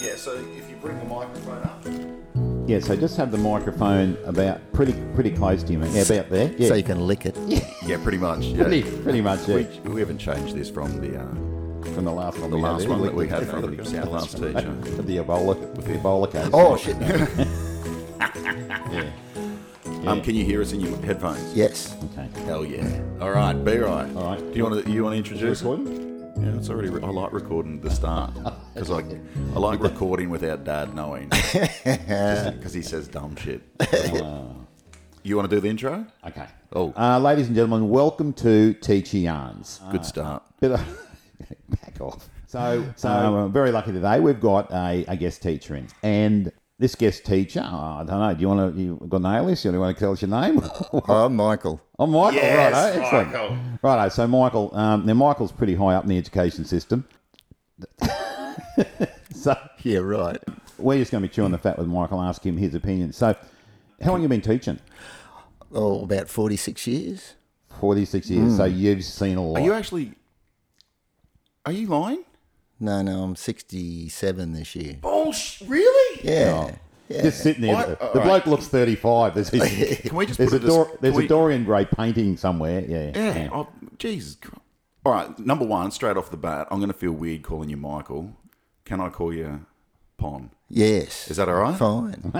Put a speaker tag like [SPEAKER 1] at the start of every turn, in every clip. [SPEAKER 1] Yeah, so if you bring the microphone up.
[SPEAKER 2] Yeah, so just have the microphone about pretty pretty close to you, mate. Yeah, about there. Yeah,
[SPEAKER 3] So you can lick it.
[SPEAKER 1] Yeah, pretty much. Yeah.
[SPEAKER 2] pretty, pretty much
[SPEAKER 1] We,
[SPEAKER 2] yeah,
[SPEAKER 1] we haven't changed this from the uh,
[SPEAKER 2] from the last one.
[SPEAKER 1] the
[SPEAKER 2] we
[SPEAKER 1] last
[SPEAKER 2] had
[SPEAKER 1] one that we had
[SPEAKER 2] Yeah,
[SPEAKER 1] from
[SPEAKER 2] the
[SPEAKER 1] our last teacher.
[SPEAKER 2] the Ebola, with the Ebola case.
[SPEAKER 3] Oh shit!
[SPEAKER 2] yeah.
[SPEAKER 1] Um, can you hear us in your headphones?
[SPEAKER 3] Yes.
[SPEAKER 2] Okay.
[SPEAKER 1] Hell yeah! All right, be right.
[SPEAKER 2] All right.
[SPEAKER 1] Do you want to you want to introduce? it?
[SPEAKER 2] Recording?
[SPEAKER 1] Yeah, it's already. Re- I like recording at the start because I I like recording without Dad knowing because he says dumb shit. You want to do the intro?
[SPEAKER 2] Okay.
[SPEAKER 1] Oh.
[SPEAKER 2] Uh, ladies and gentlemen, welcome to Teacher Yarns.
[SPEAKER 1] Good start.
[SPEAKER 2] Bit of back off. So, so
[SPEAKER 3] Um,
[SPEAKER 2] uh, very lucky today. We've got a, a guest teacher in, and this guest teacher, oh, I don't know. Do you want to? You got an alias? You want to tell us your name?
[SPEAKER 3] I'm Michael.
[SPEAKER 2] Oh, Michael,
[SPEAKER 1] Yes,
[SPEAKER 2] righto, excellent.
[SPEAKER 1] Michael.
[SPEAKER 2] Righto, so Michael, um, now Michael's pretty high up in the education system. so
[SPEAKER 3] Yeah, right.
[SPEAKER 2] we're just going to be chewing the fat with Michael, ask him his opinion. So, how long you been teaching?
[SPEAKER 3] Oh, about forty-six years.
[SPEAKER 2] 46 years, so you've seen a lot.
[SPEAKER 1] Hmm. Are you actually? Are you lying?
[SPEAKER 3] No, no, I'm sixty-seven this year.
[SPEAKER 1] Oh, really?
[SPEAKER 3] Yeah.
[SPEAKER 2] Just sitting there.
[SPEAKER 1] I-
[SPEAKER 2] the
[SPEAKER 1] all
[SPEAKER 2] the
[SPEAKER 1] right.
[SPEAKER 2] bloke looks 35. There's, his,
[SPEAKER 1] Can we just
[SPEAKER 2] there's,
[SPEAKER 1] put
[SPEAKER 2] a,
[SPEAKER 1] it as-
[SPEAKER 2] Dor- there's
[SPEAKER 1] can
[SPEAKER 2] a
[SPEAKER 1] we-
[SPEAKER 2] Dorian Gray painting somewhere. Yeah.
[SPEAKER 1] Yeah. Oh, Jesus. Christ. All right. Number one, straight off the bat, I'm going to feel weird calling you Michael. Can I call you Pon?
[SPEAKER 3] Yes.
[SPEAKER 1] Is that all right?
[SPEAKER 3] fine?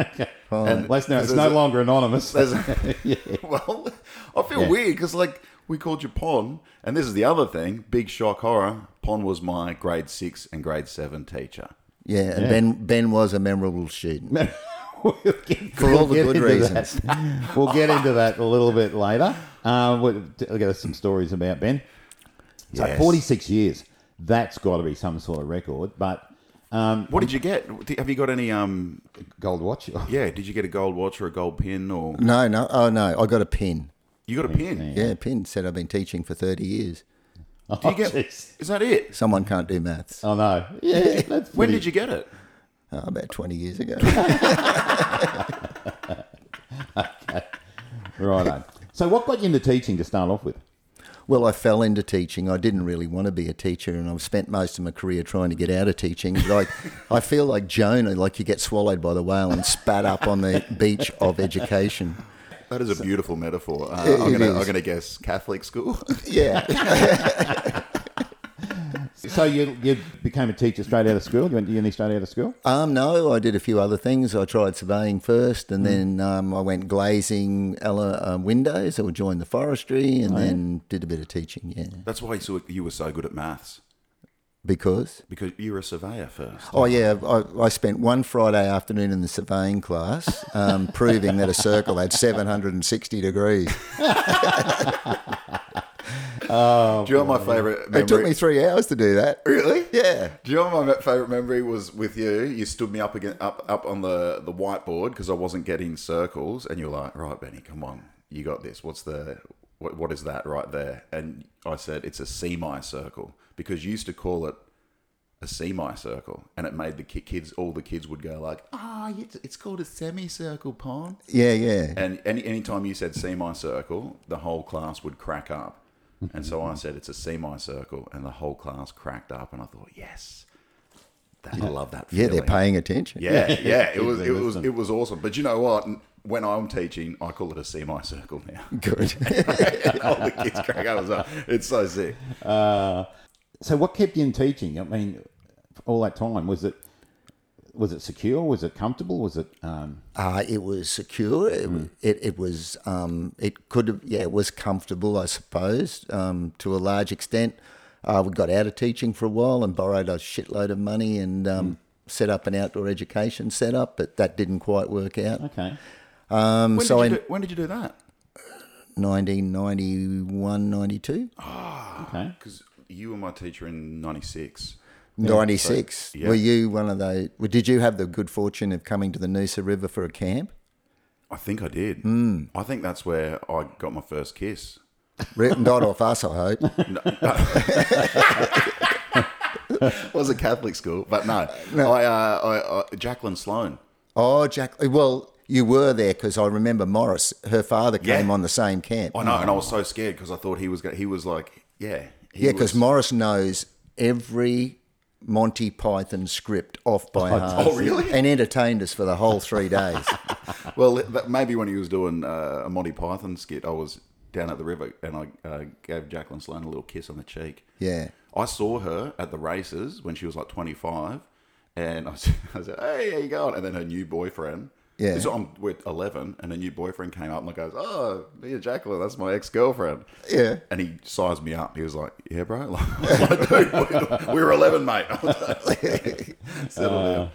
[SPEAKER 2] And let's know, it's
[SPEAKER 1] there's a-
[SPEAKER 2] no longer anonymous.
[SPEAKER 1] well, I feel weird because like we called you Pon, and this is the other thing. Big shock horror. Pon was my grade six and grade seven teacher.
[SPEAKER 3] Yeah. And Ben Ben was a memorable student.
[SPEAKER 2] We'll get-
[SPEAKER 3] For all the
[SPEAKER 2] get
[SPEAKER 3] good
[SPEAKER 2] into
[SPEAKER 3] reasons.
[SPEAKER 2] that. we'll get into that a little bit later. Uh, we'll, we'll get us some stories about Ben. So
[SPEAKER 1] Yes.
[SPEAKER 2] 46 years. That's got to be some sort of record. But um,
[SPEAKER 1] What did you get? Did- Have you got any? Um,
[SPEAKER 2] gold watch.
[SPEAKER 1] yeah. Did you get a gold watch or a gold pin or?
[SPEAKER 3] No, no. Oh no, I got a pin.
[SPEAKER 1] You got a pin.
[SPEAKER 3] Yeah, Oh, a pin. Said I've been teaching for thirty years.
[SPEAKER 1] Do you get?
[SPEAKER 2] jeez.
[SPEAKER 1] Is that it?
[SPEAKER 3] Someone can't do maths.
[SPEAKER 2] Oh no. Yeah. That's
[SPEAKER 1] When did you get it?
[SPEAKER 3] Oh, about twenty years ago.
[SPEAKER 2] you? Right on. So what got you into teaching to start off with?
[SPEAKER 3] Well, I fell into teaching. I didn't really want to be a teacher, and I've spent most of my career trying to get out of teaching. Like, I feel like Jonah, like you get swallowed by the whale and spat up on the beach of education.
[SPEAKER 1] That is a beautiful metaphor. Uh,
[SPEAKER 3] It-
[SPEAKER 1] I'm
[SPEAKER 3] it
[SPEAKER 1] gonna,
[SPEAKER 3] is.
[SPEAKER 1] I'm gonna guess Catholic school.
[SPEAKER 3] Yeah,
[SPEAKER 2] So you you became a teacher straight out of school. You went to uni straight out of school.
[SPEAKER 3] um, no, I did a few other things. I tried surveying first, and then um, I went glazing ele- um, windows. I joined the forestry, and then did a bit of teaching. Yeah,
[SPEAKER 1] That's why you, so, you were so good at maths
[SPEAKER 3] because.
[SPEAKER 1] because you were a surveyor first.
[SPEAKER 3] Oh yeah, I, I spent one Friday afternoon in the surveying class, um, proving that a circle had seven hundred and sixty degrees.
[SPEAKER 1] Do you know what my favourite memory?
[SPEAKER 3] Oh, It took me three hours to do that.
[SPEAKER 1] really?
[SPEAKER 3] Yeah.
[SPEAKER 1] Do you know what my favourite memory was with you? You stood me up again, up up on the the whiteboard because I wasn't getting circles, and you're like, "Right, Benny, come on, you got this. What's the what, what is that right there?" And I said, "It's a semicircle," because you used to call it a semicircle, and it made the ki- kids all the kids would go like, "Ah, it's, it's called a semicircle, pond."
[SPEAKER 3] Yeah, yeah.
[SPEAKER 1] And any any time you said semicircle, the whole class would crack up. And so I said it's a semicircle, and the whole class cracked up. And I thought, yes, that, I love that.
[SPEAKER 3] Yeah,
[SPEAKER 1] Feeling.
[SPEAKER 3] they're paying attention.
[SPEAKER 1] Yeah, yeah, it
[SPEAKER 2] Kids
[SPEAKER 1] was
[SPEAKER 2] are
[SPEAKER 1] it was
[SPEAKER 2] listening.
[SPEAKER 1] it was awesome. But you know what? When I'm teaching, I call it a semicircle now.
[SPEAKER 3] Good.
[SPEAKER 1] All the kids crack up. It's like- It's so sick.
[SPEAKER 2] So what kept you in teaching? I mean, all that time was it was it secure? Was it comfortable? Was it um,
[SPEAKER 3] uh, it was secure. It, it, it was, um, it could have, yeah, it was comfortable, I suppose, um, to a large extent. Uh, we got out of teaching for a while and borrowed a shitload of money and um, set up an outdoor education setup, but that didn't quite work out.
[SPEAKER 2] okay?
[SPEAKER 3] Um,
[SPEAKER 1] When,
[SPEAKER 3] so
[SPEAKER 1] did
[SPEAKER 3] in
[SPEAKER 1] you do, when did you do that?
[SPEAKER 3] 1991, 92,
[SPEAKER 2] Okay.
[SPEAKER 1] Because you were my teacher in '96.
[SPEAKER 3] 96,
[SPEAKER 1] yeah.
[SPEAKER 3] were you one of those, well, did you have the good fortune of coming to the Noosa River for a camp?
[SPEAKER 1] I think I did.
[SPEAKER 3] Hmm.
[SPEAKER 1] Mm. I think that's where I got my first kiss.
[SPEAKER 3] Re- Not off us, I hope.
[SPEAKER 1] was a Catholic school, but no, I, uh, I, I Jacqueline Sloan.
[SPEAKER 3] Oh, Jack. Well, you were there because I remember Morris. Her father
[SPEAKER 1] Yeah.
[SPEAKER 3] came on the same camp.
[SPEAKER 1] I know, and I was so scared because I thought he was going. He was like, yeah, he
[SPEAKER 3] yeah, because
[SPEAKER 1] was-
[SPEAKER 3] Morris knows every Monty Python script off by heart.
[SPEAKER 1] oh, really?
[SPEAKER 3] And entertained us for the whole three days.
[SPEAKER 1] Well, that, maybe when he was doing uh, a Monty Python skit, I was down at the river and I uh, gave Jacqueline Sloane a little kiss on the cheek.
[SPEAKER 3] Yeah.
[SPEAKER 1] I saw her at the races when she was like 25, and I, said- I said, "Hey, how you going?" And then her new boyfriend.
[SPEAKER 3] Yeah.
[SPEAKER 1] This- I'm with 11, and her new boyfriend came up and I goes, "Oh, me and Jacqueline, that's my ex girlfriend."
[SPEAKER 3] Yeah.
[SPEAKER 1] And he sized me up. He was like, "Yeah, bro." Like, I was like, Dude, we, we were 11, mate. Settle down.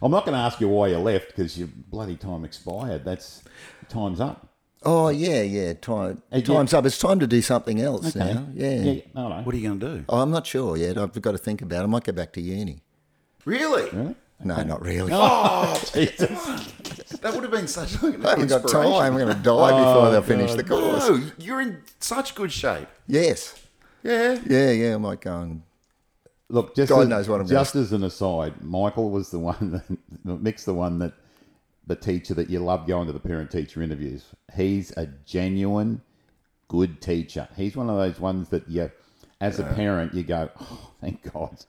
[SPEAKER 2] I'm not going to ask you why you left because your bloody time expired. That's time's up.
[SPEAKER 3] Oh, yeah, yeah. Time,
[SPEAKER 2] Uh, yeah.
[SPEAKER 3] time's up. It's time to do something else now. Yeah.
[SPEAKER 2] no, no.
[SPEAKER 1] What are you going to do?
[SPEAKER 3] Oh, I'm not sure yet. I've got to think about it. I might go back to uni.
[SPEAKER 1] Really?
[SPEAKER 3] No, not really.
[SPEAKER 1] Oh,
[SPEAKER 2] Jesus.
[SPEAKER 1] that would have been such like, an
[SPEAKER 3] I haven't got
[SPEAKER 1] inspiration.
[SPEAKER 3] time. I'm going to die before they finish the course.
[SPEAKER 1] Oh, No, you're in such good shape.
[SPEAKER 3] Yes.
[SPEAKER 1] Yeah.
[SPEAKER 3] Yeah, yeah. I might go and.
[SPEAKER 2] Look, just
[SPEAKER 3] God
[SPEAKER 2] as,
[SPEAKER 3] knows what I'm
[SPEAKER 2] just as an aside, Michael was the one that Mick's the one that the teacher that you love going to the parent teacher interviews. He's a genuine good teacher. He's one of those ones that you, as a parent, you go, oh, thank God.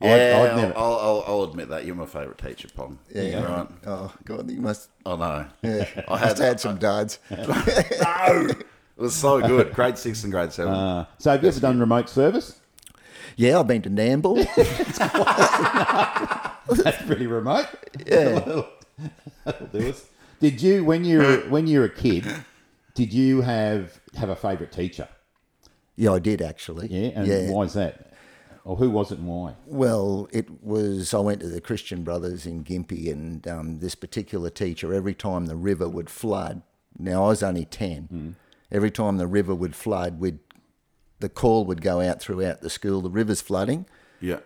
[SPEAKER 2] I'd-
[SPEAKER 1] Yeah,
[SPEAKER 2] I'd
[SPEAKER 1] I'll,
[SPEAKER 2] never-
[SPEAKER 1] I'll, I'll, I'll admit that. You're my favourite teacher, Pong. Yeah. Right.
[SPEAKER 3] Oh, God, you must.
[SPEAKER 1] I know.
[SPEAKER 3] Yeah.
[SPEAKER 1] I had,
[SPEAKER 3] must had some duds.
[SPEAKER 1] no. It was so good. Grade six and grade seven.
[SPEAKER 2] Uh, so have you ever done remote service?
[SPEAKER 3] Yeah, I've been to Namble.
[SPEAKER 2] That's pretty remote. Yeah. That'll do us. Did you when you were when you were a kid, did you have have a favourite teacher?
[SPEAKER 3] yeah, I did actually.
[SPEAKER 2] Yeah, and why is that? Or who was it and why?
[SPEAKER 3] Well, it was. I went to the Christian Brothers in Gympie, and um, this particular teacher, every time the river would flood, now I was only 10,
[SPEAKER 2] Hmm.
[SPEAKER 3] every time the river would flood, we'd, the call would go out throughout the school the river's flooding.
[SPEAKER 1] yeah.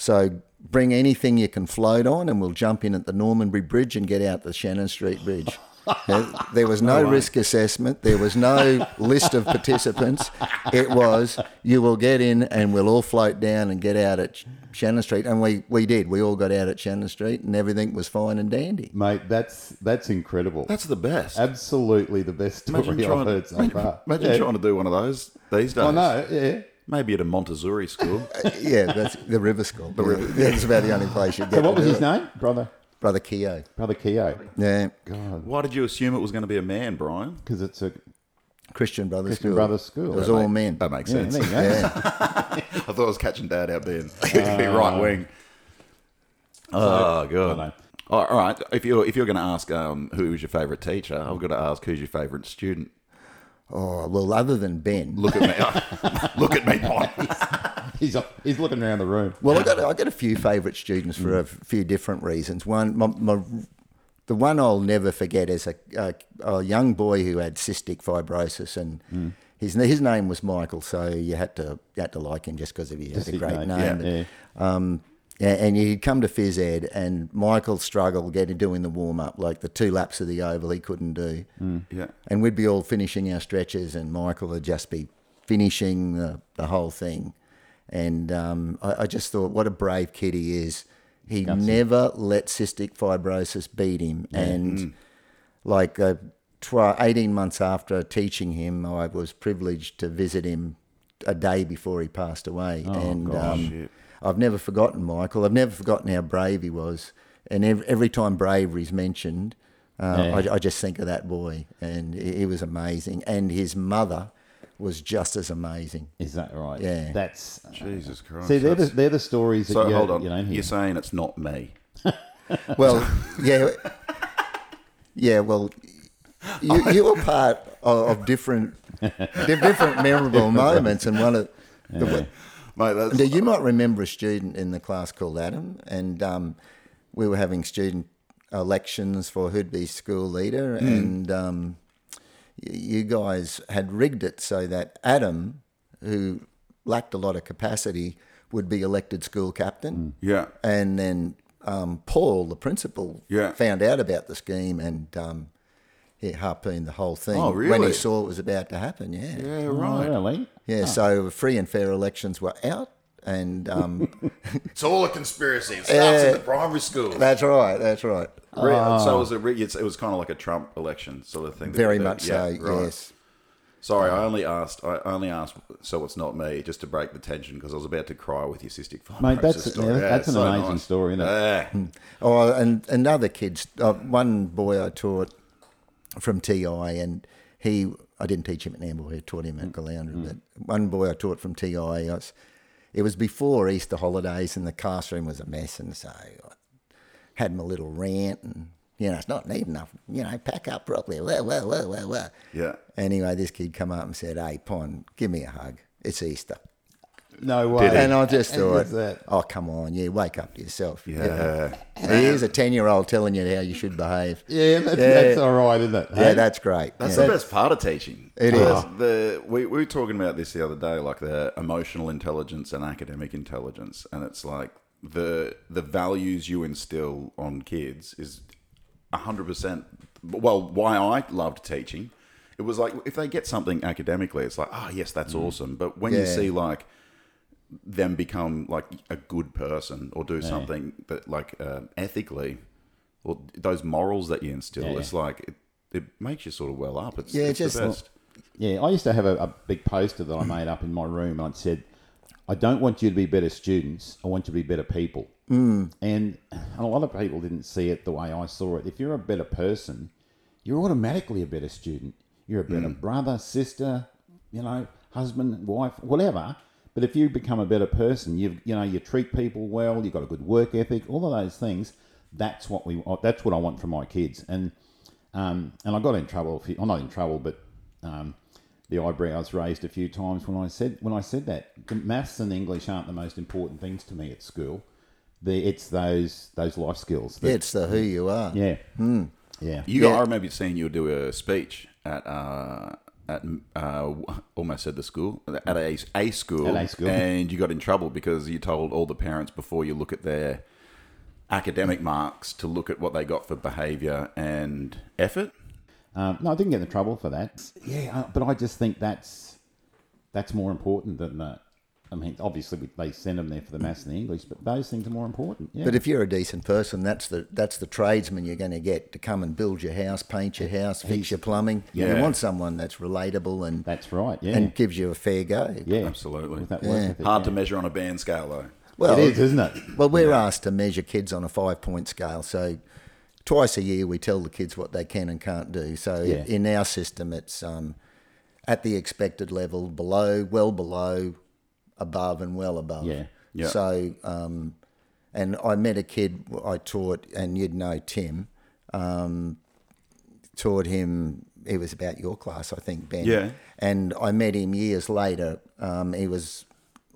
[SPEAKER 3] So bring anything you can float on, and we'll jump in at the Normanbury Bridge and get out the Shannon Street Bridge. there, there was no risk assessment. There was no list of participants. It was you will get in, and we'll all float down and get out at Sh- Shannon Street. And we we did. We all got out at Shannon Street, and everything was fine and dandy.
[SPEAKER 2] Mate, that's that's incredible.
[SPEAKER 1] That's the best.
[SPEAKER 2] absolutely the best story
[SPEAKER 1] Imagine,
[SPEAKER 2] I've
[SPEAKER 1] trying,
[SPEAKER 2] heard so far.
[SPEAKER 1] imagine
[SPEAKER 2] yeah.
[SPEAKER 1] trying to do one of those these days.
[SPEAKER 2] I know, yeah.
[SPEAKER 1] Maybe at a Montessori school.
[SPEAKER 3] yeah, that's the River School. The river. That's about the only place you get.
[SPEAKER 2] So what
[SPEAKER 3] to
[SPEAKER 2] was
[SPEAKER 3] do
[SPEAKER 2] his
[SPEAKER 3] it.
[SPEAKER 2] name? Brother
[SPEAKER 3] Brother Keogh.
[SPEAKER 2] Brother Keogh.
[SPEAKER 3] Yeah,
[SPEAKER 1] Why did you assume it was going to be a man, Brian?
[SPEAKER 2] Because it's a
[SPEAKER 3] Christian Brothers
[SPEAKER 2] Christian
[SPEAKER 3] School.
[SPEAKER 2] Brothers school.
[SPEAKER 3] It was
[SPEAKER 2] Yeah,
[SPEAKER 3] all men.
[SPEAKER 1] That makes
[SPEAKER 2] yeah,
[SPEAKER 1] sense.
[SPEAKER 2] there you go.
[SPEAKER 3] Yeah.
[SPEAKER 1] I thought I was catching dad out being right wing. Oh
[SPEAKER 2] Uh, know.
[SPEAKER 1] god! All all right, if you're if you're going to ask um, who was your favourite teacher, I've got to ask who's your favourite student.
[SPEAKER 3] Oh well, other than Ben.
[SPEAKER 1] Look at me! Look at me! Pine.
[SPEAKER 2] He's he's looking around the room.
[SPEAKER 3] Well, I got I got a few favourite students for
[SPEAKER 2] Mm.
[SPEAKER 3] a few different reasons. One, my, my, the one I'll never forget is a, a, a young boy who had cystic fibrosis, and
[SPEAKER 2] Mm.
[SPEAKER 3] his his name was Michael, so you had to you had to like him just because he had a
[SPEAKER 2] his
[SPEAKER 3] great
[SPEAKER 2] name,
[SPEAKER 3] name.
[SPEAKER 1] yeah.
[SPEAKER 3] And,
[SPEAKER 2] Yeah.
[SPEAKER 3] Um, yeah, and he'd come to phys ed, and Michael struggled getting doing the warm up, like the two laps of the oval he couldn't do
[SPEAKER 2] Mm.
[SPEAKER 1] Yeah,
[SPEAKER 3] and we'd be all finishing our stretches, and Michael would just be finishing the, the whole thing. And um, I, I just thought, what a brave kid he is. He never let cystic fibrosis beat him. And like uh, tw- 18 months after teaching him, I was privileged to visit him a day before he passed away. and um, I've never forgotten Michael. I've never forgotten how brave he was. And ev- every time bravery's mentioned, uh, I, I just think of that boy. And he, he was amazing. And his mother was just as amazing.
[SPEAKER 2] Is that right?
[SPEAKER 3] Yeah.
[SPEAKER 2] That's
[SPEAKER 1] Jesus Christ!
[SPEAKER 2] see, they're the,
[SPEAKER 1] that's-
[SPEAKER 2] they're the stories that
[SPEAKER 1] Oh, so
[SPEAKER 2] you,
[SPEAKER 1] hold on,
[SPEAKER 2] you know.
[SPEAKER 1] you're
[SPEAKER 2] hear.
[SPEAKER 1] saying it's not me.
[SPEAKER 3] Well, yeah, yeah. Well, you, you were part of, of different, di- different memorable moments, and one of the,
[SPEAKER 1] Mate, that's,
[SPEAKER 3] now, you might remember a student in the class called Adam, and um, we were having student elections for who'd be school leader,
[SPEAKER 1] Hmm.
[SPEAKER 3] and um, y- you guys had rigged it so that Adam, who lacked a lot of capacity, would be elected school captain.
[SPEAKER 1] yeah,
[SPEAKER 3] And then um, Paul, the principal,
[SPEAKER 1] Yeah.
[SPEAKER 3] found out about the scheme and um, he harpooned the whole thing
[SPEAKER 1] Oh,
[SPEAKER 3] when
[SPEAKER 1] really?
[SPEAKER 3] he saw it was about to happen. Yeah.
[SPEAKER 1] yeah,
[SPEAKER 2] Oh,
[SPEAKER 1] right.
[SPEAKER 2] really?
[SPEAKER 3] Yeah, so free and fair elections were out, and um,
[SPEAKER 1] It's all a conspiracy. It starts in the primary school.
[SPEAKER 3] that's right, that's right,
[SPEAKER 2] Ah.
[SPEAKER 1] Re- so it was a, re- it's- it was kind of like a Trump election sort of thing.
[SPEAKER 3] very
[SPEAKER 1] That-
[SPEAKER 3] much
[SPEAKER 1] yeah,
[SPEAKER 3] so.
[SPEAKER 1] right.
[SPEAKER 3] Yes,
[SPEAKER 1] Sorry, I only asked. I only asked, so it's not me, just to break the tension because I was about to cry with your cystic fibrosis
[SPEAKER 2] Mate, that's,
[SPEAKER 1] story.
[SPEAKER 2] yeah,
[SPEAKER 1] Yeah,
[SPEAKER 2] that's
[SPEAKER 1] it's
[SPEAKER 2] an
[SPEAKER 1] so
[SPEAKER 2] amazing
[SPEAKER 1] nice.
[SPEAKER 2] story, isn't it?
[SPEAKER 1] Yeah.
[SPEAKER 3] Oh, and another kid's uh, one boy I taught from TI, and he I didn't teach him at Nambour, I taught
[SPEAKER 1] Mm.
[SPEAKER 3] him at Galoundra, but one boy I taught from TI. I was, it was before Easter holidays, and the classroom was a mess, and so I had my little rant, and you know, it's not neat enough, you know, pack up properly, well, well, well, well, well.
[SPEAKER 1] Yeah.
[SPEAKER 3] Anyway, this kid come up and said, "Hey, Pon, give me a hug. It's Easter."
[SPEAKER 2] No way.
[SPEAKER 3] And I just
[SPEAKER 2] And
[SPEAKER 3] thought,
[SPEAKER 2] with that-
[SPEAKER 3] oh, come on, you wake up to yourself.
[SPEAKER 1] Yeah.
[SPEAKER 3] Here's a 10 year old telling you how you should behave.
[SPEAKER 2] Yeah, that's,
[SPEAKER 3] Yeah.
[SPEAKER 2] that's all right, isn't it?
[SPEAKER 3] Yeah,
[SPEAKER 2] Hey?
[SPEAKER 3] that's great.
[SPEAKER 1] That's
[SPEAKER 3] yeah.
[SPEAKER 1] the best part of teaching.
[SPEAKER 3] It
[SPEAKER 1] That's The, we, we were talking about this the other day, like the emotional intelligence and academic intelligence, and it's like the the values you instill on kids is hundred percent. Well, why I loved teaching, it was like if they get something academically, it's like, oh yes, that's awesome. But when you
[SPEAKER 3] Mm. Yeah.
[SPEAKER 1] see like them become like a good person or do something that like uh, ethically or those morals that you instill
[SPEAKER 2] Yeah,
[SPEAKER 1] it's like it, it makes you sort of well up it's,
[SPEAKER 3] Yeah,
[SPEAKER 1] it's
[SPEAKER 3] just
[SPEAKER 1] the best
[SPEAKER 2] Yeah, I used to have a, a big poster that I made up in my room, and I said, "I don't want you to be better students. I want you to be better people." Mm. And a lot of people didn't see it the way I saw it. If you're a better person, you're automatically a better student. You're a better brother, sister, you know, husband, wife, whatever. But if you become a better person, you you know, you treat people well. You've got a good work ethic. All of those things. That's what we. That's what I want from my kids. And um, and I got in trouble. A few, I'm not in trouble, but um, the eyebrows raised a few times when I said when I said that the maths and English aren't the most important things to me at school. The, it's those those life skills. that-
[SPEAKER 3] It's the who you are.
[SPEAKER 2] yeah, yeah.
[SPEAKER 1] you i remember seeing you do a speech at uh at uh, almost said the school at a, a school
[SPEAKER 2] At a school.
[SPEAKER 1] and you got in trouble because you told all the parents before you look at their academic marks to look at what they got for behavior and effort
[SPEAKER 2] Um, no, I didn't get in trouble for that. Yeah, uh, but I just think that's that's more important than the. I mean, obviously we, they send them there for the maths and the English, but those things are more important. Yeah.
[SPEAKER 3] But if you're a decent person, that's the that's the tradesman you're going to get to come and build your house, paint your house, fix your plumbing.
[SPEAKER 1] Yeah.
[SPEAKER 3] You want someone that's relatable and
[SPEAKER 2] that's right. Yeah,
[SPEAKER 3] and gives you a fair go.
[SPEAKER 2] yeah.
[SPEAKER 1] absolutely
[SPEAKER 2] With that work ethic,
[SPEAKER 1] hard
[SPEAKER 2] yeah.
[SPEAKER 1] to measure on a band scale though
[SPEAKER 3] Well,
[SPEAKER 2] it is, isn't it?
[SPEAKER 3] Well, we're asked to measure kids on a five point scale. So twice a year, we tell the kids what they can and can't do. So
[SPEAKER 2] Yeah.
[SPEAKER 3] in our system, it's um, at the expected level, below, well below, above, and well above.
[SPEAKER 2] Yeah.
[SPEAKER 1] Yeah.
[SPEAKER 3] So, um, and I met a kid I taught, and you'd know Tim, um, taught him, he was about your class, I think, Ben.
[SPEAKER 1] Yeah.
[SPEAKER 3] And I met him years later. Um, he was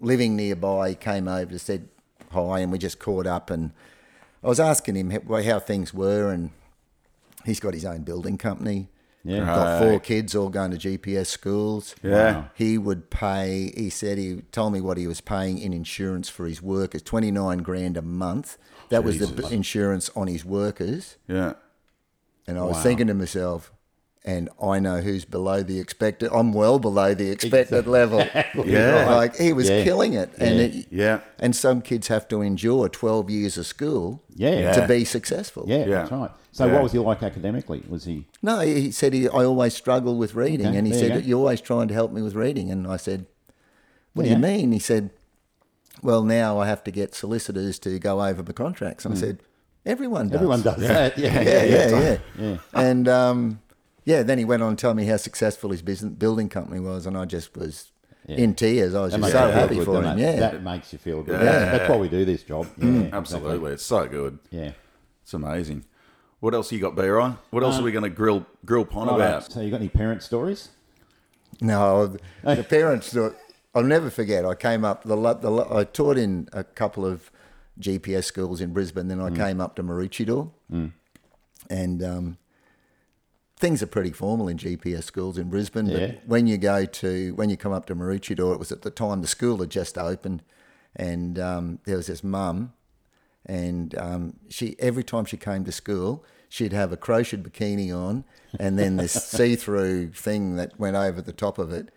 [SPEAKER 3] living nearby. He came over, said hi, and we just caught up. And I was asking him how, how things were, and he's got his own building company.
[SPEAKER 2] Yeah.
[SPEAKER 3] Got four kids all going to GPS schools.
[SPEAKER 1] Yeah.
[SPEAKER 2] Wow.
[SPEAKER 3] He would pay, he said he told me what he was paying in insurance for his workers 29 grand a month. That was the b- insurance on his workers.
[SPEAKER 1] yeah
[SPEAKER 3] And I was
[SPEAKER 2] Wow.
[SPEAKER 3] thinking to myself, and I know who's below the expected. I'm well below the expected level.
[SPEAKER 1] Yeah.
[SPEAKER 3] like he was
[SPEAKER 2] Yeah.
[SPEAKER 3] killing it, and it,
[SPEAKER 1] yeah
[SPEAKER 3] and some kids have to endure 12 years of school
[SPEAKER 2] Yeah.
[SPEAKER 3] to be successful.
[SPEAKER 2] Yeah,
[SPEAKER 1] Yeah.
[SPEAKER 2] that's right. So,
[SPEAKER 1] Yeah.
[SPEAKER 2] what was he like academically? Was he?
[SPEAKER 3] No, he said he, I always struggle with reading,
[SPEAKER 2] Okay,
[SPEAKER 3] and he
[SPEAKER 2] there you
[SPEAKER 3] said
[SPEAKER 2] go.
[SPEAKER 3] you are always trying to help me with reading, and I said, "What do
[SPEAKER 2] Yeah.
[SPEAKER 3] you mean?" He said, "Well, now I have to get solicitors to go over the contracts," and I said, "Everyone does.
[SPEAKER 2] Hmm. Everyone does that. Yeah,
[SPEAKER 3] yeah, yeah, yeah,
[SPEAKER 2] Yeah.
[SPEAKER 3] And um, yeah, then he went on to tell me how successful his business building company was, and I just was
[SPEAKER 2] Yeah.
[SPEAKER 3] in tears. I was
[SPEAKER 2] That
[SPEAKER 3] just
[SPEAKER 2] makes
[SPEAKER 3] so
[SPEAKER 2] you feel
[SPEAKER 3] happy
[SPEAKER 2] good,
[SPEAKER 3] for him.
[SPEAKER 2] doesn't it?
[SPEAKER 3] Yeah, Mm,
[SPEAKER 2] that makes you feel good. That's, that's why we do this job. Yeah, exactly.
[SPEAKER 1] absolutely it's so good
[SPEAKER 2] Yeah.
[SPEAKER 1] It's amazing. What else you got, B Ryan? What else are we going to grill grill Pon
[SPEAKER 2] Right,
[SPEAKER 1] about?
[SPEAKER 2] So, you got any parent stories?
[SPEAKER 3] No, the parents do it. I'll never forget. I came up the, lo- the lo- I taught in a couple of GPS schools in Brisbane. Then I
[SPEAKER 2] Mm.
[SPEAKER 3] came up to Maroochydore, and um, things are pretty formal in GPS schools in Brisbane. But
[SPEAKER 2] Yeah.
[SPEAKER 3] when you go to when you come up to Maroochydore, it was at the time the school had just opened, and um, there was this mum, and um, she every time she came to school, she'd have a crocheted bikini on, and then this see-through thing that went over the top of it.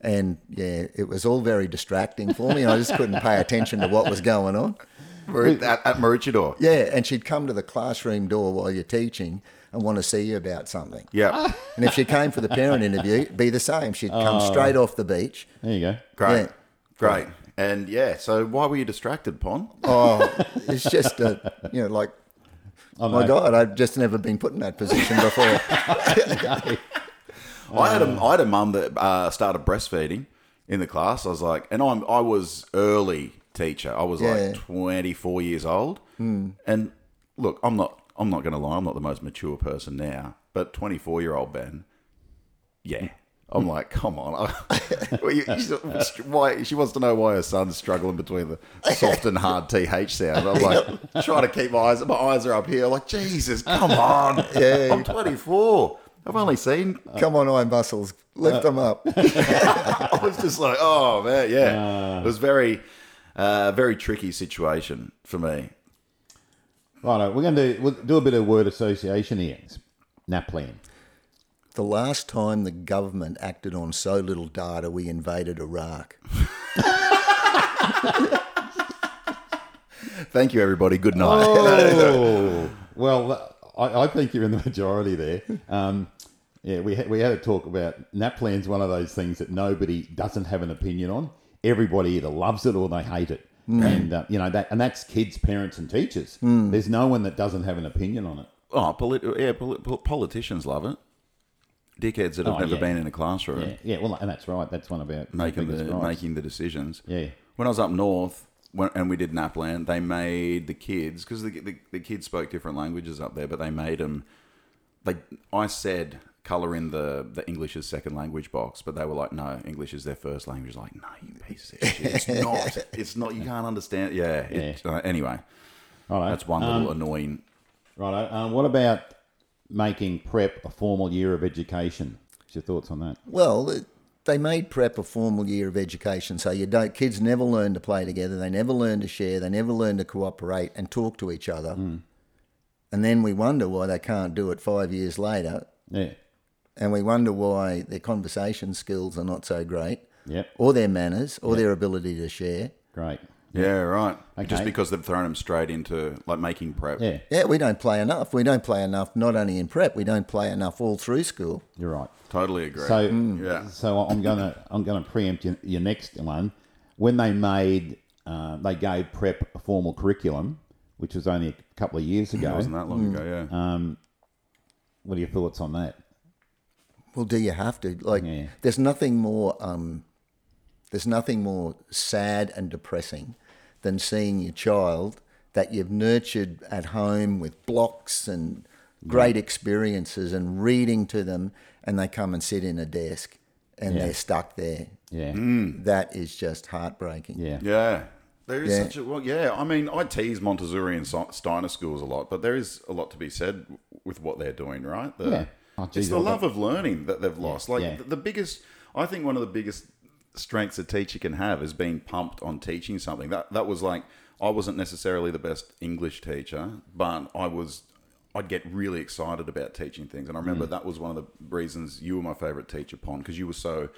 [SPEAKER 3] And yeah, it was all very distracting for me. I just couldn't pay attention to what was going on.
[SPEAKER 1] We're at, at Maroochydore.
[SPEAKER 3] Yeah, and she'd come to the classroom door while you're teaching, and want to see you about something.
[SPEAKER 1] Yeah.
[SPEAKER 3] And if she came for the parent interview, it'd be the same. She'd come straight off the beach.
[SPEAKER 2] There you go.
[SPEAKER 1] Great.
[SPEAKER 3] Yeah.
[SPEAKER 1] Great. And yeah, so why were you distracted, Pon?
[SPEAKER 3] Oh, it's just a, you know, like, my God, I've just never been put in that position before.
[SPEAKER 1] I had a I had a mum that uh, started breastfeeding in the class. I was like, and I'm I was early teacher. I was
[SPEAKER 3] Yeah.
[SPEAKER 1] like 24 years old. And look, I'm not I'm not going to lie. I'm not the most mature person now, but 24 year old Ben, yeah. I'm like, come on! Well, you- you- why she wants to know why her son's struggling between the soft and hard th sound. I'm like, trying to keep my eyes. My eyes are up here. Like, Jesus, come on! Yeah, I'm 24. I've only seen
[SPEAKER 3] Come on, eye muscles, lift them up.
[SPEAKER 1] I was just like, oh man, yeah. it was very, uh, very tricky situation for me.
[SPEAKER 2] Right, we're going to do, we'll do a bit of word association here. Naplan.
[SPEAKER 3] The last time the government acted on so little data, we invaded Iraq.
[SPEAKER 1] Thank you, everybody. Good night.
[SPEAKER 2] Oh, well, I, I think you're in the majority there. Um, yeah, we had, we had a talk about Naplan's one of those things that nobody doesn't have an opinion on. Everybody either loves it or they hate it,
[SPEAKER 1] Mm.
[SPEAKER 2] and uh, you know that, and that's kids, parents, and teachers. There's no one that doesn't have an opinion on it.
[SPEAKER 1] Oh, polit- yeah, pol- pol- politicians love it. Dickheads that have
[SPEAKER 2] Oh,
[SPEAKER 1] never
[SPEAKER 2] yeah.
[SPEAKER 1] been in a classroom
[SPEAKER 2] Yeah, yeah, well, and that's right. That's one of our
[SPEAKER 1] making
[SPEAKER 2] biggest
[SPEAKER 1] the
[SPEAKER 2] rights.
[SPEAKER 1] making the decisions.
[SPEAKER 2] Yeah.
[SPEAKER 1] When I was up north, when, and we did Napland, they made the kids because the, the the kids spoke different languages up there, but they made them. They, I said, color in the the English as second language box, but they were like, no, English is their first language. Like, no, you piece of shit, it's not. It's not. You can't understand. Yeah. it- uh, anyway,
[SPEAKER 2] Righto.
[SPEAKER 1] that's one
[SPEAKER 2] Um,
[SPEAKER 1] little annoying.
[SPEAKER 2] Righto. Um, what about making prep a formal year of education? What's your thoughts on that?
[SPEAKER 3] Well, it, they made prep a formal year of education, so you don't. Kids never learn to play together. They never learn to share. They never learn to cooperate and talk to each other. And then we wonder why they can't do it five years later,
[SPEAKER 2] Yeah.
[SPEAKER 3] and we wonder why their conversation skills are not so great,
[SPEAKER 2] Yep.
[SPEAKER 3] or their manners, or their ability to share.
[SPEAKER 2] Great.
[SPEAKER 1] Yeah. Right. Just
[SPEAKER 2] Okay.
[SPEAKER 1] because they've thrown them straight into like making prep.
[SPEAKER 2] Yeah.
[SPEAKER 3] Yeah, we don't play enough. We don't play enough. Not only in prep, we don't play enough all through school.
[SPEAKER 2] You're right.
[SPEAKER 1] Totally agree.
[SPEAKER 2] So
[SPEAKER 1] yeah.
[SPEAKER 2] So I'm gonna I'm gonna preempt your, your next one. When they made uh, they gave prep a formal curriculum, which was only a couple of years ago.
[SPEAKER 1] Wasn't that long ago? Yeah.
[SPEAKER 2] What are your thoughts on that?
[SPEAKER 3] Well, do you have to? Like,
[SPEAKER 2] Yeah.
[SPEAKER 3] there's nothing more. Um, there's nothing more sad and depressing than seeing your child that you've nurtured at home with blocks and great experiences and reading to them, and they come and sit in a desk and they're stuck there.
[SPEAKER 2] Yeah.
[SPEAKER 1] Mm.
[SPEAKER 3] That is just heartbreaking.
[SPEAKER 2] Hmm. Yeah.
[SPEAKER 1] Yeah. There is
[SPEAKER 3] Yeah.
[SPEAKER 1] such a well, yeah. I mean, I tease Montessori and Si- Steiner schools a lot, but there is a lot to be said with what they're doing, right? The,
[SPEAKER 2] Yeah. Oh, geez,
[SPEAKER 1] it's the
[SPEAKER 2] I've
[SPEAKER 1] love of learning that they've lost. Like
[SPEAKER 2] yeah.
[SPEAKER 1] the, the biggest, I think, one of the biggest strengths a teacher can have is being pumped on teaching something. That that was like I wasn't necessarily the best English teacher, but I was. I'd get really excited about teaching things, and I remember that was one of the reasons you were my favorite teacher, Pon, because you were so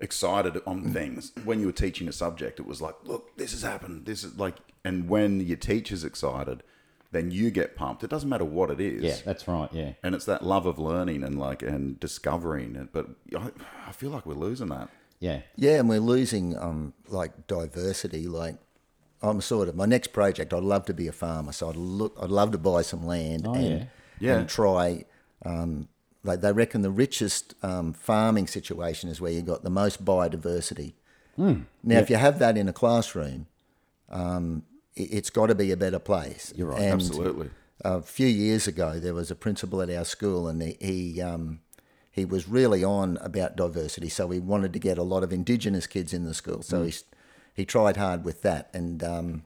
[SPEAKER 1] excited on things when you were teaching a subject it was like look this has happened this is like and when your teacher's excited then you get pumped it doesn't matter what it is
[SPEAKER 2] Yeah. That's right. Yeah.
[SPEAKER 1] and it's that love of learning and like and discovering it but I, I feel like we're losing that
[SPEAKER 2] Yeah.
[SPEAKER 3] Yeah, and we're losing um, like diversity. Like, I'm sort of my next project. I'd love to be a farmer, so I'd look. I'd love to buy some land and
[SPEAKER 2] yeah.
[SPEAKER 1] Oh, Yeah.
[SPEAKER 3] and try. Um, like they reckon the richest um, farming situation is where you got the most biodiversity.
[SPEAKER 1] Hmm.
[SPEAKER 3] Now, if you have that in a classroom, um, it, it's got to be a better place. You're right,
[SPEAKER 1] uh, absolutely
[SPEAKER 3] a few years ago, there was a principal at our school, and he he, um, he was really on about diversity. So he wanted to get a lot of Indigenous kids in the school. So
[SPEAKER 1] Mm.
[SPEAKER 3] he he tried hard with that. And um,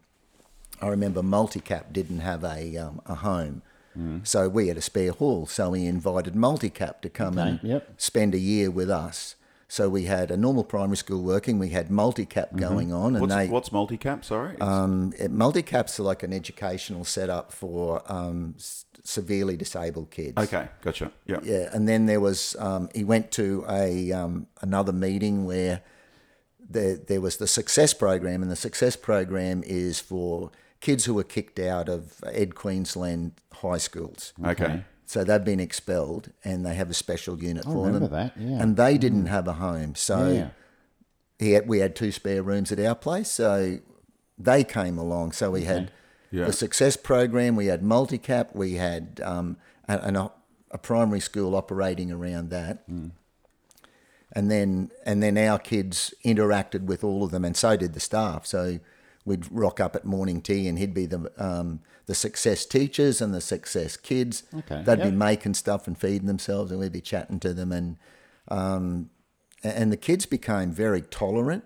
[SPEAKER 3] I remember Multicap didn't have a um, a home,
[SPEAKER 1] Mm.
[SPEAKER 3] so we had a spare hall. So he invited Multicap to come and
[SPEAKER 2] yep.
[SPEAKER 3] spend a year with us. So we had a normal primary school working. We had Multicap going on, and
[SPEAKER 1] Mm-hmm. what's,
[SPEAKER 3] they
[SPEAKER 1] what's multi-cap sorry It's-
[SPEAKER 3] it, multicaps are like an educational setup for um, s- severely disabled kids.
[SPEAKER 1] okay gotcha yeah
[SPEAKER 3] Yeah, and then there was um, he went to a um, another meeting where there there was the success program, and the success program is for kids who were kicked out of Ed Queensland high schools
[SPEAKER 1] okay
[SPEAKER 3] So they've been expelled and they have a special unit
[SPEAKER 2] I
[SPEAKER 3] for
[SPEAKER 2] remember
[SPEAKER 3] them.
[SPEAKER 2] that, yeah.
[SPEAKER 3] And they didn't have a home. So
[SPEAKER 2] yeah.
[SPEAKER 3] he had, we had two spare rooms at our place, so they came along. So we had
[SPEAKER 1] Yeah.
[SPEAKER 3] the success program, we had multicap, we had um, a, an op- a primary school operating around that,
[SPEAKER 2] Hmm.
[SPEAKER 3] and then and then our kids interacted with all of them, and so did the staff. So we'd rock up at morning tea, and he'd be the um, the success teachers and the success kids.
[SPEAKER 2] Okay,
[SPEAKER 3] They'd
[SPEAKER 2] yeah.
[SPEAKER 3] be making stuff and feeding themselves, and we'd be chatting to them and and the kids became very tolerant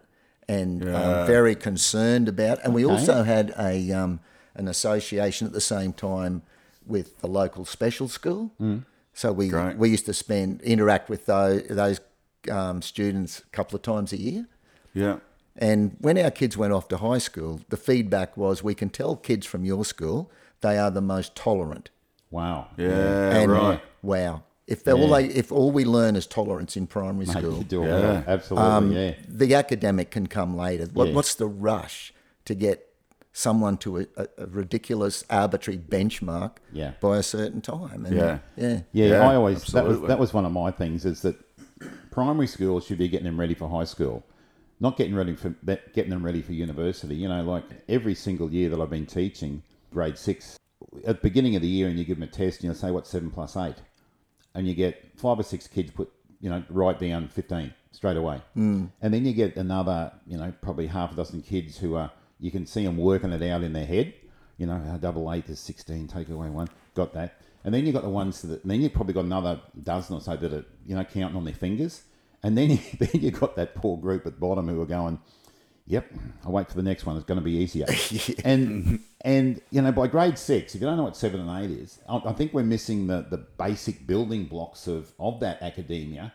[SPEAKER 3] and um, very concerned about. And we also had a um, an association at the same time with the local special school. So we
[SPEAKER 1] Mm. Great.
[SPEAKER 3] we used to spend interact with those those um, students a couple of times a year.
[SPEAKER 1] Yeah.
[SPEAKER 3] And when our kids went off to high school, the feedback was we can tell kids from your school they are the most tolerant.
[SPEAKER 2] Wow.
[SPEAKER 1] Yeah. right.
[SPEAKER 3] wow, if they, all they, if all we learn is tolerance in primary
[SPEAKER 2] Mate,
[SPEAKER 3] school,
[SPEAKER 2] you do it
[SPEAKER 1] Yeah. Um,
[SPEAKER 2] well. Absolutely. yeah.
[SPEAKER 3] the academic can come later. What,
[SPEAKER 2] Yeah.
[SPEAKER 3] What's the rush to get someone to a, a, a ridiculous arbitrary benchmark
[SPEAKER 2] Yeah.
[SPEAKER 3] by a certain time? And
[SPEAKER 1] Yeah.
[SPEAKER 3] yeah,
[SPEAKER 2] Yeah,
[SPEAKER 1] Yeah,
[SPEAKER 2] I always that was,
[SPEAKER 1] absolutely.
[SPEAKER 2] that was one of my things is that primary school should be getting them ready for high school, not getting ready for that- getting them ready for university. You know, like every single year that I've been teaching grade six, at the beginning of the year, and you give them a test, and you will say what's seven plus eight, and you get five or six kids put you know right down fifteen straight away, mm. and then you get another you know probably half a dozen kids who are you can see them working it out in their head. You know, uh, double eight is sixteen. Take away one, got that. And then you got the ones that. And then you probably got another dozen or so that are you know counting on their fingers. And then you, then you got that poor group at the bottom who are going, "Yep, I'll wait for the next one. It's going to be easier." And and you know by grade six, if you don't know what seven and eight is, I, I think we're missing the the basic building blocks of of that academia.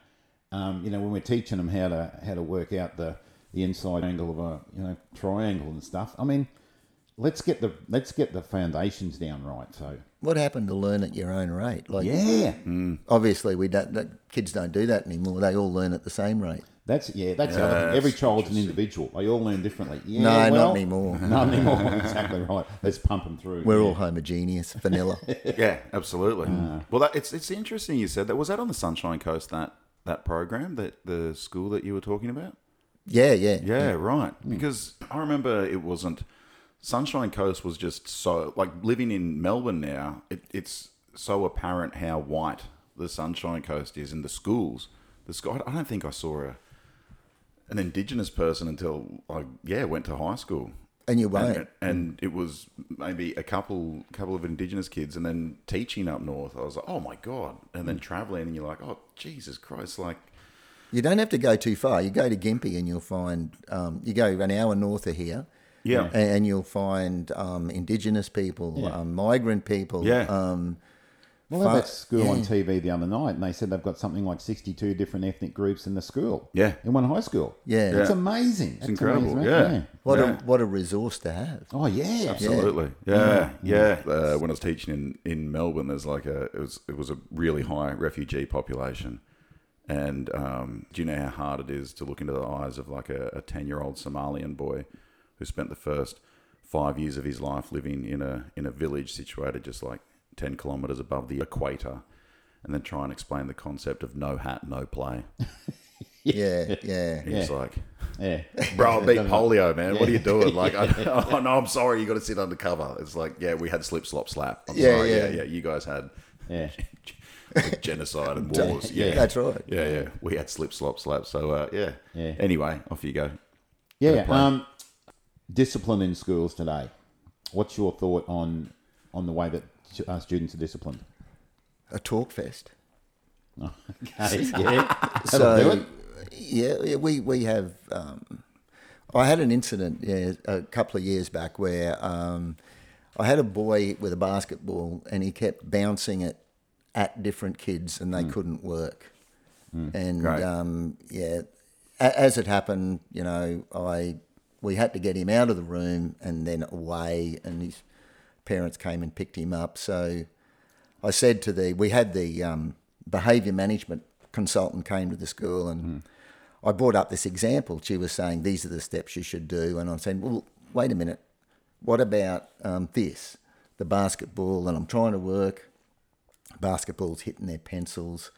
[SPEAKER 2] Um, you know when we're teaching them how to how to work out the the inside angle of a you know triangle and stuff. I mean, let's get the let's get the foundations down right. So
[SPEAKER 3] what happened to learn at your own rate? Like,
[SPEAKER 2] yeah,
[SPEAKER 3] obviously, we don't. The kids don't do that anymore. They all learn at the same rate.
[SPEAKER 2] That's yeah. That's the other thing. Every child's an individual. They all learn differently. Yeah,
[SPEAKER 3] No, not
[SPEAKER 2] well,
[SPEAKER 3] anymore.
[SPEAKER 2] Not anymore. exactly right. Let's pump them through.
[SPEAKER 3] We're
[SPEAKER 2] yeah.
[SPEAKER 3] all homogeneous, vanilla.
[SPEAKER 1] Yeah, absolutely. Well, that, it's it's interesting you said that. Was that on the Sunshine Coast that that program that the school that you were talking about?
[SPEAKER 3] yeah, yeah,
[SPEAKER 1] Yeah, right. Because I remember it wasn't Sunshine Coast was just so like living in Melbourne now. It, it's so apparent how white the Sunshine Coast is in the schools. The school, I don't think I saw a an Indigenous person until I yeah went to high school.
[SPEAKER 3] And you won't.
[SPEAKER 1] And, and it was maybe a couple couple of indigenous kids, and then teaching up north. I was like, oh my god! And then traveling, and you're like, oh Jesus Christ! Like,
[SPEAKER 3] You don't have to go too far. You go to Gympie and you'll find um, you go an hour north of here.
[SPEAKER 1] yeah,
[SPEAKER 3] a- and you'll find um, indigenous people, um, migrant people.
[SPEAKER 1] Yeah.
[SPEAKER 3] Um,
[SPEAKER 2] Well,
[SPEAKER 3] Fuck,
[SPEAKER 2] that school on TV the other night, and they said they've got something like sixty-two different ethnic groups in the school.
[SPEAKER 1] Yeah.
[SPEAKER 2] in one high school.
[SPEAKER 3] Yeah.
[SPEAKER 2] it's
[SPEAKER 1] Yeah.
[SPEAKER 2] amazing.
[SPEAKER 1] it's incredible. yeah.
[SPEAKER 3] what
[SPEAKER 1] Yeah.
[SPEAKER 3] a what a resource to have.
[SPEAKER 2] Oh yeah.
[SPEAKER 1] Absolutely. Yeah. Yeah. Uh, when I was teaching in, in Melbourne, there's like a it was it was a really high refugee population, and um, do you know how hard it is to look into the eyes of like a ten year old Somalian boy who spent the first five years of his life living in a in a village situated just like ten kilometers above the equator, and then try and explain the concept of no hat, no play.
[SPEAKER 3] Yeah, yeah.
[SPEAKER 1] And He's
[SPEAKER 2] Yeah.
[SPEAKER 1] like,
[SPEAKER 2] Yeah.
[SPEAKER 1] Bro, I beat polio, man. What are you doing? Like, I, oh no, I'm sorry. You got to sit undercover. It's like, yeah, we had slip, slop, slap. I'm
[SPEAKER 3] Yeah,
[SPEAKER 1] sorry. Yeah.
[SPEAKER 3] yeah.
[SPEAKER 1] yeah, You guys had
[SPEAKER 2] Yeah.
[SPEAKER 1] genocide and wars. Yeah, yeah,
[SPEAKER 3] That's right.
[SPEAKER 1] yeah, We had slip, slop, slap. So, uh, yeah.
[SPEAKER 2] Yeah.
[SPEAKER 1] Anyway, off you go.
[SPEAKER 2] Yeah. Um, discipline in schools today. What's your thought on on the way that uh, students are disciplined?
[SPEAKER 3] A talk fest.
[SPEAKER 2] Okay, yeah. That'll do it.
[SPEAKER 3] So, yeah, yeah, we we have. Um, I had an incident yeah, a couple of years back where um, I had a boy with a basketball and he kept bouncing it at different kids and they
[SPEAKER 2] Hmm.
[SPEAKER 3] couldn't work. And
[SPEAKER 1] Great.
[SPEAKER 3] um, yeah, a- as it happened, you know, I we had to get him out of the room and then away, and his parents came and picked him up. So I said to the we had the um, behaviour management consultant came to the school and I brought up this example. She was saying these are the steps you should do, and I'm saying, well, wait a minute, what about um, this, the basketball? And I'm trying to work basketballs hitting their pencils.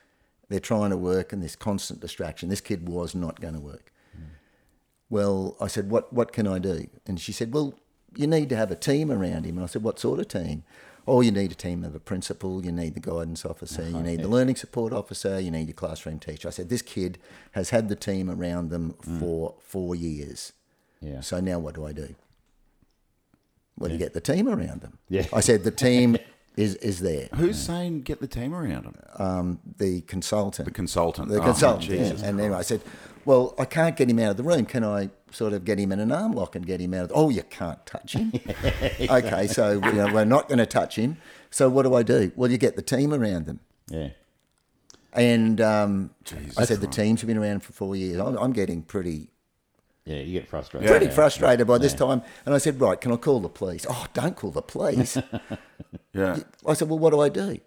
[SPEAKER 3] They're trying to work and this constant distraction. This kid was not going to work. Well, I said, what, what can I do? And she said, Well, you need to have a team around him. And I said, What sort of team? Oh, you need a team of a principal, you need the guidance officer, you need the learning support officer, you need your classroom teacher. I said, This kid has had the team around them for four years.
[SPEAKER 2] Mm. Yeah.
[SPEAKER 3] So now what do I do? Well, you get the team around them.
[SPEAKER 2] Yeah.
[SPEAKER 3] I said, The team is, is there.
[SPEAKER 1] Who's saying get the team around him?
[SPEAKER 3] The consultant.
[SPEAKER 1] the consultant.
[SPEAKER 3] The
[SPEAKER 1] Oh,
[SPEAKER 3] consultant. yeah.
[SPEAKER 1] Jesus.
[SPEAKER 3] And then I said, Well, I can't get him out of the room. Can I sort of get him in an arm lock and get him out of the Oh, you can't touch him. okay, so you know, we're not going to touch him. So what do I do? Well, you get the team around them.
[SPEAKER 2] Yeah.
[SPEAKER 3] And um, I
[SPEAKER 1] Jesus
[SPEAKER 3] said, The team's been around for four years. I'm, I'm getting pretty.
[SPEAKER 2] Yeah, you get frustrated.
[SPEAKER 3] Pretty
[SPEAKER 2] Yeah.
[SPEAKER 3] frustrated by this time, and I said, "Right, can I call the police?" Oh, don't call the police.
[SPEAKER 1] Yeah.
[SPEAKER 3] I said, "Well, what do I do?"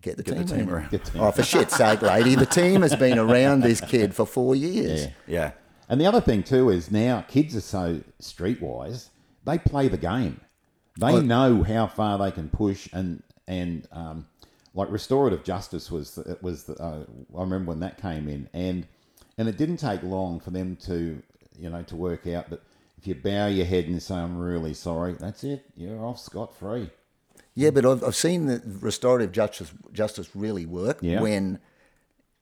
[SPEAKER 3] Get the
[SPEAKER 1] Get the
[SPEAKER 3] team,
[SPEAKER 1] team
[SPEAKER 3] around.
[SPEAKER 1] around.
[SPEAKER 3] Oh, for shit's sake, lady! The team has been around this kid for four years.
[SPEAKER 2] Yeah.
[SPEAKER 1] Yeah.
[SPEAKER 2] And the other thing too is now kids are so streetwise; they play the game. They know how far they can push, and and um, like restorative justice was it was the, uh, I remember when that came in, and and it didn't take long for them to you know to work out that if you bow your head and say I'm really sorry, that's it, you're off scot free.
[SPEAKER 3] Yeah, but I've, I've seen the restorative justice justice really work
[SPEAKER 2] Yeah.
[SPEAKER 3] when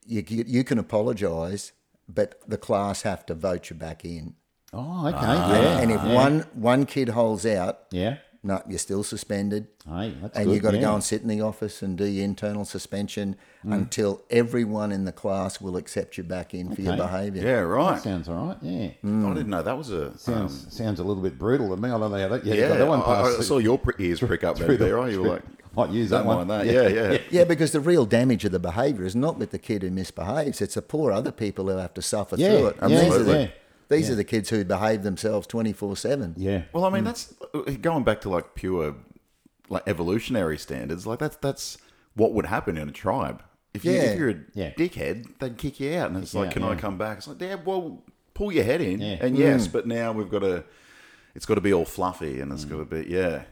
[SPEAKER 3] you you you can apologise, but the class have to vote you back in.
[SPEAKER 2] Oh, okay, yeah,
[SPEAKER 3] Ah. and if one one kid holds out,
[SPEAKER 2] yeah,
[SPEAKER 3] no, you're still suspended,
[SPEAKER 2] hey, that's
[SPEAKER 3] and
[SPEAKER 2] good,
[SPEAKER 3] you've got to
[SPEAKER 2] yeah. Mm.
[SPEAKER 3] go and sit in the office and do your internal suspension until everyone in the class will accept you back in for your
[SPEAKER 2] Okay.
[SPEAKER 3] behaviour.
[SPEAKER 1] Yeah, right.
[SPEAKER 2] Sounds all right, yeah.
[SPEAKER 3] Mm.
[SPEAKER 1] I didn't know that was a. um,
[SPEAKER 2] Sounds sounds a little bit brutal to me. I don't know how that. Yeah, you
[SPEAKER 1] yeah,
[SPEAKER 2] got that one
[SPEAKER 1] I-
[SPEAKER 2] passed
[SPEAKER 1] I, I
[SPEAKER 2] through.
[SPEAKER 1] saw your pri- ears prick up there, there. You were like,
[SPEAKER 2] might use that
[SPEAKER 1] don't
[SPEAKER 2] one.
[SPEAKER 1] mind that. Yeah, yeah.
[SPEAKER 3] Yeah, because the real damage of the behaviour is not with the kid who misbehaves; it's the poor other people who have to suffer
[SPEAKER 2] Yeah,
[SPEAKER 3] through it. And these are the-
[SPEAKER 2] absolutely. Yeah.
[SPEAKER 3] These are the kids who behave themselves twenty four seven.
[SPEAKER 2] Yeah.
[SPEAKER 1] Well, I mean, that's going back to like pure, like evolutionary standards. Like that's that's what would happen in a tribe. If, you,
[SPEAKER 3] Yeah.
[SPEAKER 1] if you're a
[SPEAKER 2] Yeah.
[SPEAKER 1] dickhead, they'd kick you out, and it's like,
[SPEAKER 2] out,
[SPEAKER 1] can I
[SPEAKER 2] yeah.
[SPEAKER 1] come back? It's like, yeah, well, pull your head in,
[SPEAKER 2] Yeah. Hmm.
[SPEAKER 1] and yes, but now we've got to. It's got to be all fluffy, and
[SPEAKER 2] Hmm.
[SPEAKER 1] it's got to be yeah.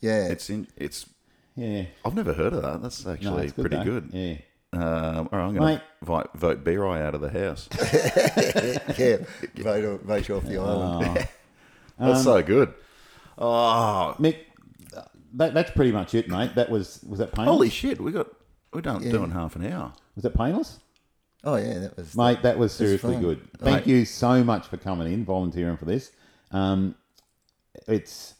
[SPEAKER 3] Yeah,
[SPEAKER 1] It's in. It's.
[SPEAKER 2] Yeah.
[SPEAKER 1] I've never heard of that. That's
[SPEAKER 2] No,
[SPEAKER 1] actually
[SPEAKER 2] it's
[SPEAKER 1] pretty
[SPEAKER 2] though.
[SPEAKER 1] good.
[SPEAKER 2] Yeah.
[SPEAKER 1] Um, all right, I'm going
[SPEAKER 2] Mate.
[SPEAKER 1] to vote, vote B-Rye out of the house.
[SPEAKER 3] yeah, Oh. vote, o- vote you off the island.
[SPEAKER 2] Um,
[SPEAKER 1] That's so good. Oh,
[SPEAKER 2] Mick, uh, that, that's pretty much it, mate. That was was that painless?
[SPEAKER 1] holy shit! We got we're done doing half an hour.
[SPEAKER 2] Was that painless,
[SPEAKER 3] Oh yeah, that was.
[SPEAKER 2] mate? That was seriously
[SPEAKER 3] fine.
[SPEAKER 2] good. Thank you so much for coming in, volunteering for this. Um, it's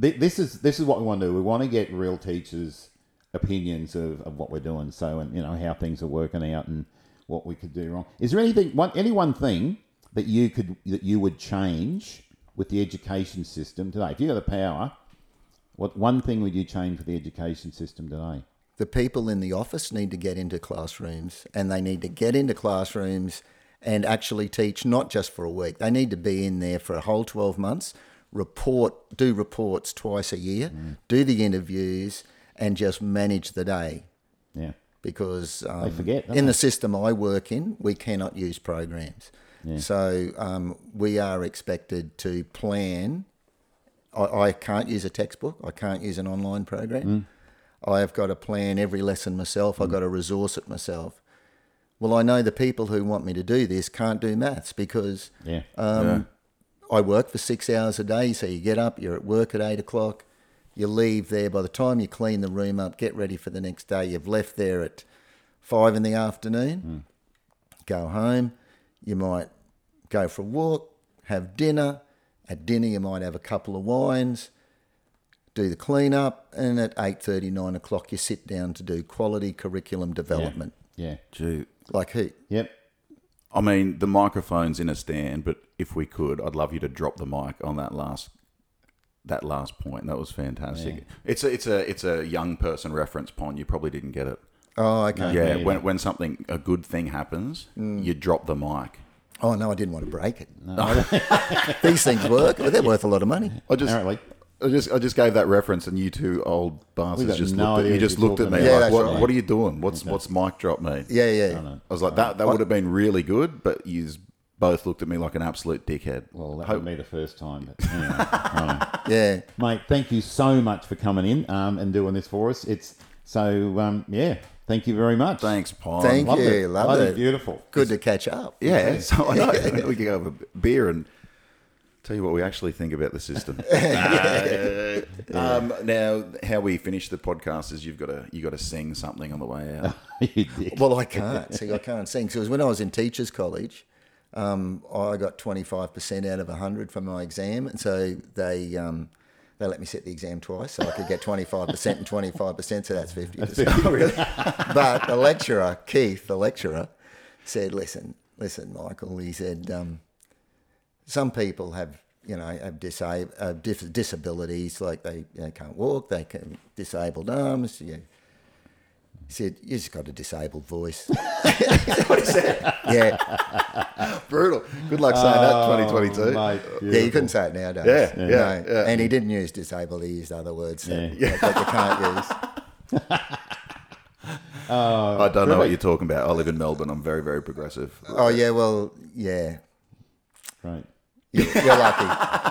[SPEAKER 2] th- this is this is what we want to do. We want to get real teachers' opinions of, of what we're doing. So and you know how things are working out and what we could do wrong. Is there anything one any one thing that you could that you would change with the education system today? If you got the power, what one thing would you change with the education system today?
[SPEAKER 3] The people in the office need to get into classrooms, and they need to get into classrooms and actually teach not just for a week. They need to be in there for a whole twelve months. Report, do reports twice a year, do the interviews, and just manage the day.
[SPEAKER 2] Yeah.
[SPEAKER 3] because um,
[SPEAKER 2] forget, don't
[SPEAKER 3] in
[SPEAKER 2] they?
[SPEAKER 3] the system I work in, we cannot use programs. So um, we are expected to plan. I, I can't use a textbook. I can't use an online
[SPEAKER 2] Mm.
[SPEAKER 3] program. I have got to plan every lesson myself. I've got to resource it myself. Well, I know the people who want me to do this can't do maths because
[SPEAKER 2] Yeah.
[SPEAKER 1] Uh,
[SPEAKER 3] I work for six hours a day, so you get up, you're at work at eight o'clock, you leave there. By the time you clean the room up, get ready for the next day, you've left there at five in the afternoon, go home, you might go for a walk, have dinner. At dinner, you might have a couple of wines, do the clean up, and at eight thirty, nine o'clock, you sit down to do quality curriculum development.
[SPEAKER 2] yeah.
[SPEAKER 1] Gee,
[SPEAKER 3] Like who?
[SPEAKER 2] Yep.
[SPEAKER 1] I mean, the microphone's in a stand, but if we could, I'd love you to drop the mic on that last that last point. That was fantastic. It's a it's a it's a young person reference, Pon. You probably didn't get it.
[SPEAKER 3] Oh, okay.
[SPEAKER 1] Uh, Yeah, Mm. when when something a good thing happens, you drop the mic.
[SPEAKER 3] Oh no, I didn't want to break it. These things work, but they're worth a lot of money.
[SPEAKER 1] I just
[SPEAKER 2] Apparently.
[SPEAKER 1] I just I just gave that reference, and you two old
[SPEAKER 2] We've
[SPEAKER 1] bastards
[SPEAKER 2] got
[SPEAKER 1] just
[SPEAKER 2] no
[SPEAKER 1] looked at,
[SPEAKER 2] idea
[SPEAKER 1] you
[SPEAKER 2] what
[SPEAKER 1] just
[SPEAKER 2] you're
[SPEAKER 1] looked at
[SPEAKER 2] talking
[SPEAKER 1] me
[SPEAKER 3] about. Yeah,
[SPEAKER 1] like,
[SPEAKER 3] that's
[SPEAKER 1] what,
[SPEAKER 3] right.
[SPEAKER 1] what are you doing? What's what's mic drop mean?
[SPEAKER 3] Yeah, yeah.
[SPEAKER 1] I was like, that that would have been really good, but you both looked at me like an absolute dickhead.
[SPEAKER 2] Well, that would be the first time. But anyway, I don't know.
[SPEAKER 3] Yeah.
[SPEAKER 2] Mate, thank you so much for coming in um, and doing this for us. It's So um, yeah, thank you very much.
[SPEAKER 1] Thanks, Paul.
[SPEAKER 3] Thank
[SPEAKER 2] Loved
[SPEAKER 3] you.
[SPEAKER 2] it.
[SPEAKER 3] Loved
[SPEAKER 2] Bloody
[SPEAKER 3] it.
[SPEAKER 2] Beautiful.
[SPEAKER 3] Good to catch up.
[SPEAKER 1] Yeah, so I know. we can go have a beer and tell you what we actually think about the system. Uh, um, now, how we finish the podcast is you've got to you got to sing something on the way out.
[SPEAKER 2] You dick.
[SPEAKER 3] Well, I can't. See, I can't sing. Because when I was in teachers' college, um, I got 25% out of 100 for my exam. And so they um, they let me sit the exam twice. So I could get 25% and 25%. So that's 50%. but the lecturer, Keith, the lecturer, said, listen, listen, Michael, he said, um, some people have you know have disab- uh, dis- disabilities like they, they can't walk they can disabled arms you he said you just got a disabled voice
[SPEAKER 1] what is that?
[SPEAKER 3] yeah
[SPEAKER 1] Brutal. Good luck saying that. Twenty twenty two.
[SPEAKER 2] Mate,
[SPEAKER 3] yeah you
[SPEAKER 2] beautiful.
[SPEAKER 3] couldn't say it nowadays
[SPEAKER 1] Yeah, yeah,
[SPEAKER 3] No.
[SPEAKER 1] yeah.
[SPEAKER 3] and he didn't use disabled he used other words that,
[SPEAKER 2] Yeah.
[SPEAKER 3] that you can't use
[SPEAKER 1] I don't know what you're talking about. I live in Melbourne. I'm very very progressive.
[SPEAKER 3] oh yeah well yeah
[SPEAKER 2] Right.
[SPEAKER 3] you're, you're lucky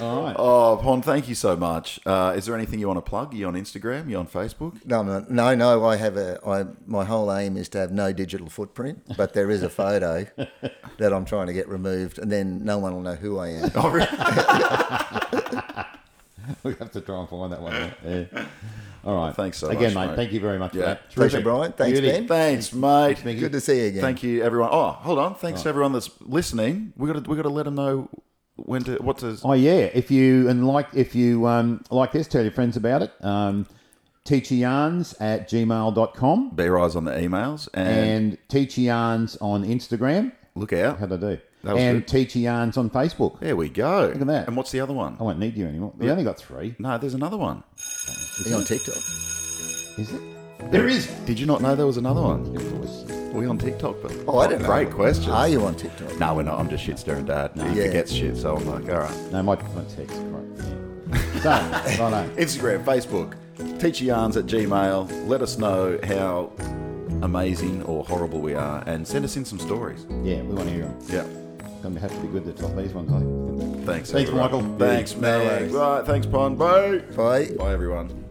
[SPEAKER 2] All right.
[SPEAKER 1] Oh, Pon, thank you so much. Uh, is there anything you want to plug? You on Instagram? You on Facebook?
[SPEAKER 3] no I'm not- no no I have a I my whole aim is to have no digital footprint but there is a photo that I'm trying to get removed and then no one will know who I am
[SPEAKER 1] Oh, really?
[SPEAKER 2] we have to try and find that one. out. Yeah. All right.
[SPEAKER 1] Thanks so much,
[SPEAKER 2] Again, mate,
[SPEAKER 1] mate.
[SPEAKER 2] Thank you very much
[SPEAKER 1] Yeah.
[SPEAKER 2] for that.
[SPEAKER 3] Pleasure,
[SPEAKER 2] Terrific.
[SPEAKER 3] Brian. Thanks,
[SPEAKER 2] Beauty.
[SPEAKER 3] Ben.
[SPEAKER 1] Thanks, mate.
[SPEAKER 2] Thank you.
[SPEAKER 3] Good to see you again.
[SPEAKER 1] Thank you, everyone. Oh, hold on. Thanks to everyone that's listening. We got to we got to let them know when to what to.
[SPEAKER 2] Oh yeah. If you and like if you um, like this, tell your friends about it. Um, teacheryarns at gmail.com
[SPEAKER 1] Bear eyes on the emails and,
[SPEAKER 2] and teacheryarns on Instagram.
[SPEAKER 1] look out.
[SPEAKER 2] How'd I do?
[SPEAKER 1] That was
[SPEAKER 2] and teacheryarns on Facebook.
[SPEAKER 1] There we go. Look Oh.
[SPEAKER 2] at that.
[SPEAKER 1] And what's the other one?
[SPEAKER 2] I won't need you anymore. We only got three.
[SPEAKER 1] No, there's another one.
[SPEAKER 3] You're on TikTok.
[SPEAKER 2] Is it? There is.
[SPEAKER 1] Did you not know there was another one?
[SPEAKER 2] There was.
[SPEAKER 1] Are we on TikTok? But
[SPEAKER 3] Oh, I don't know.
[SPEAKER 1] Great question.
[SPEAKER 3] Are you on TikTok?
[SPEAKER 1] No, we're not. I'm just shit staring dad. He
[SPEAKER 3] Yeah.
[SPEAKER 1] forgets shit, so I'm like, all right.
[SPEAKER 2] No, my, my text. Right. Yeah. So, righto.
[SPEAKER 1] Instagram, Facebook, teacher yarns at Gmail. Let us know how amazing or horrible we are, and send us in some stories.
[SPEAKER 2] Yeah, we want to hear them.
[SPEAKER 1] Yeah.
[SPEAKER 2] Going to have to be good to top these ones, I think.
[SPEAKER 1] Thanks.
[SPEAKER 2] Thanks,
[SPEAKER 1] everyone.
[SPEAKER 2] Michael.
[SPEAKER 1] Thanks,
[SPEAKER 2] No
[SPEAKER 1] man.
[SPEAKER 3] worries.
[SPEAKER 1] Right. Thanks, Pon. Bye.
[SPEAKER 3] Bye.
[SPEAKER 1] Bye, everyone.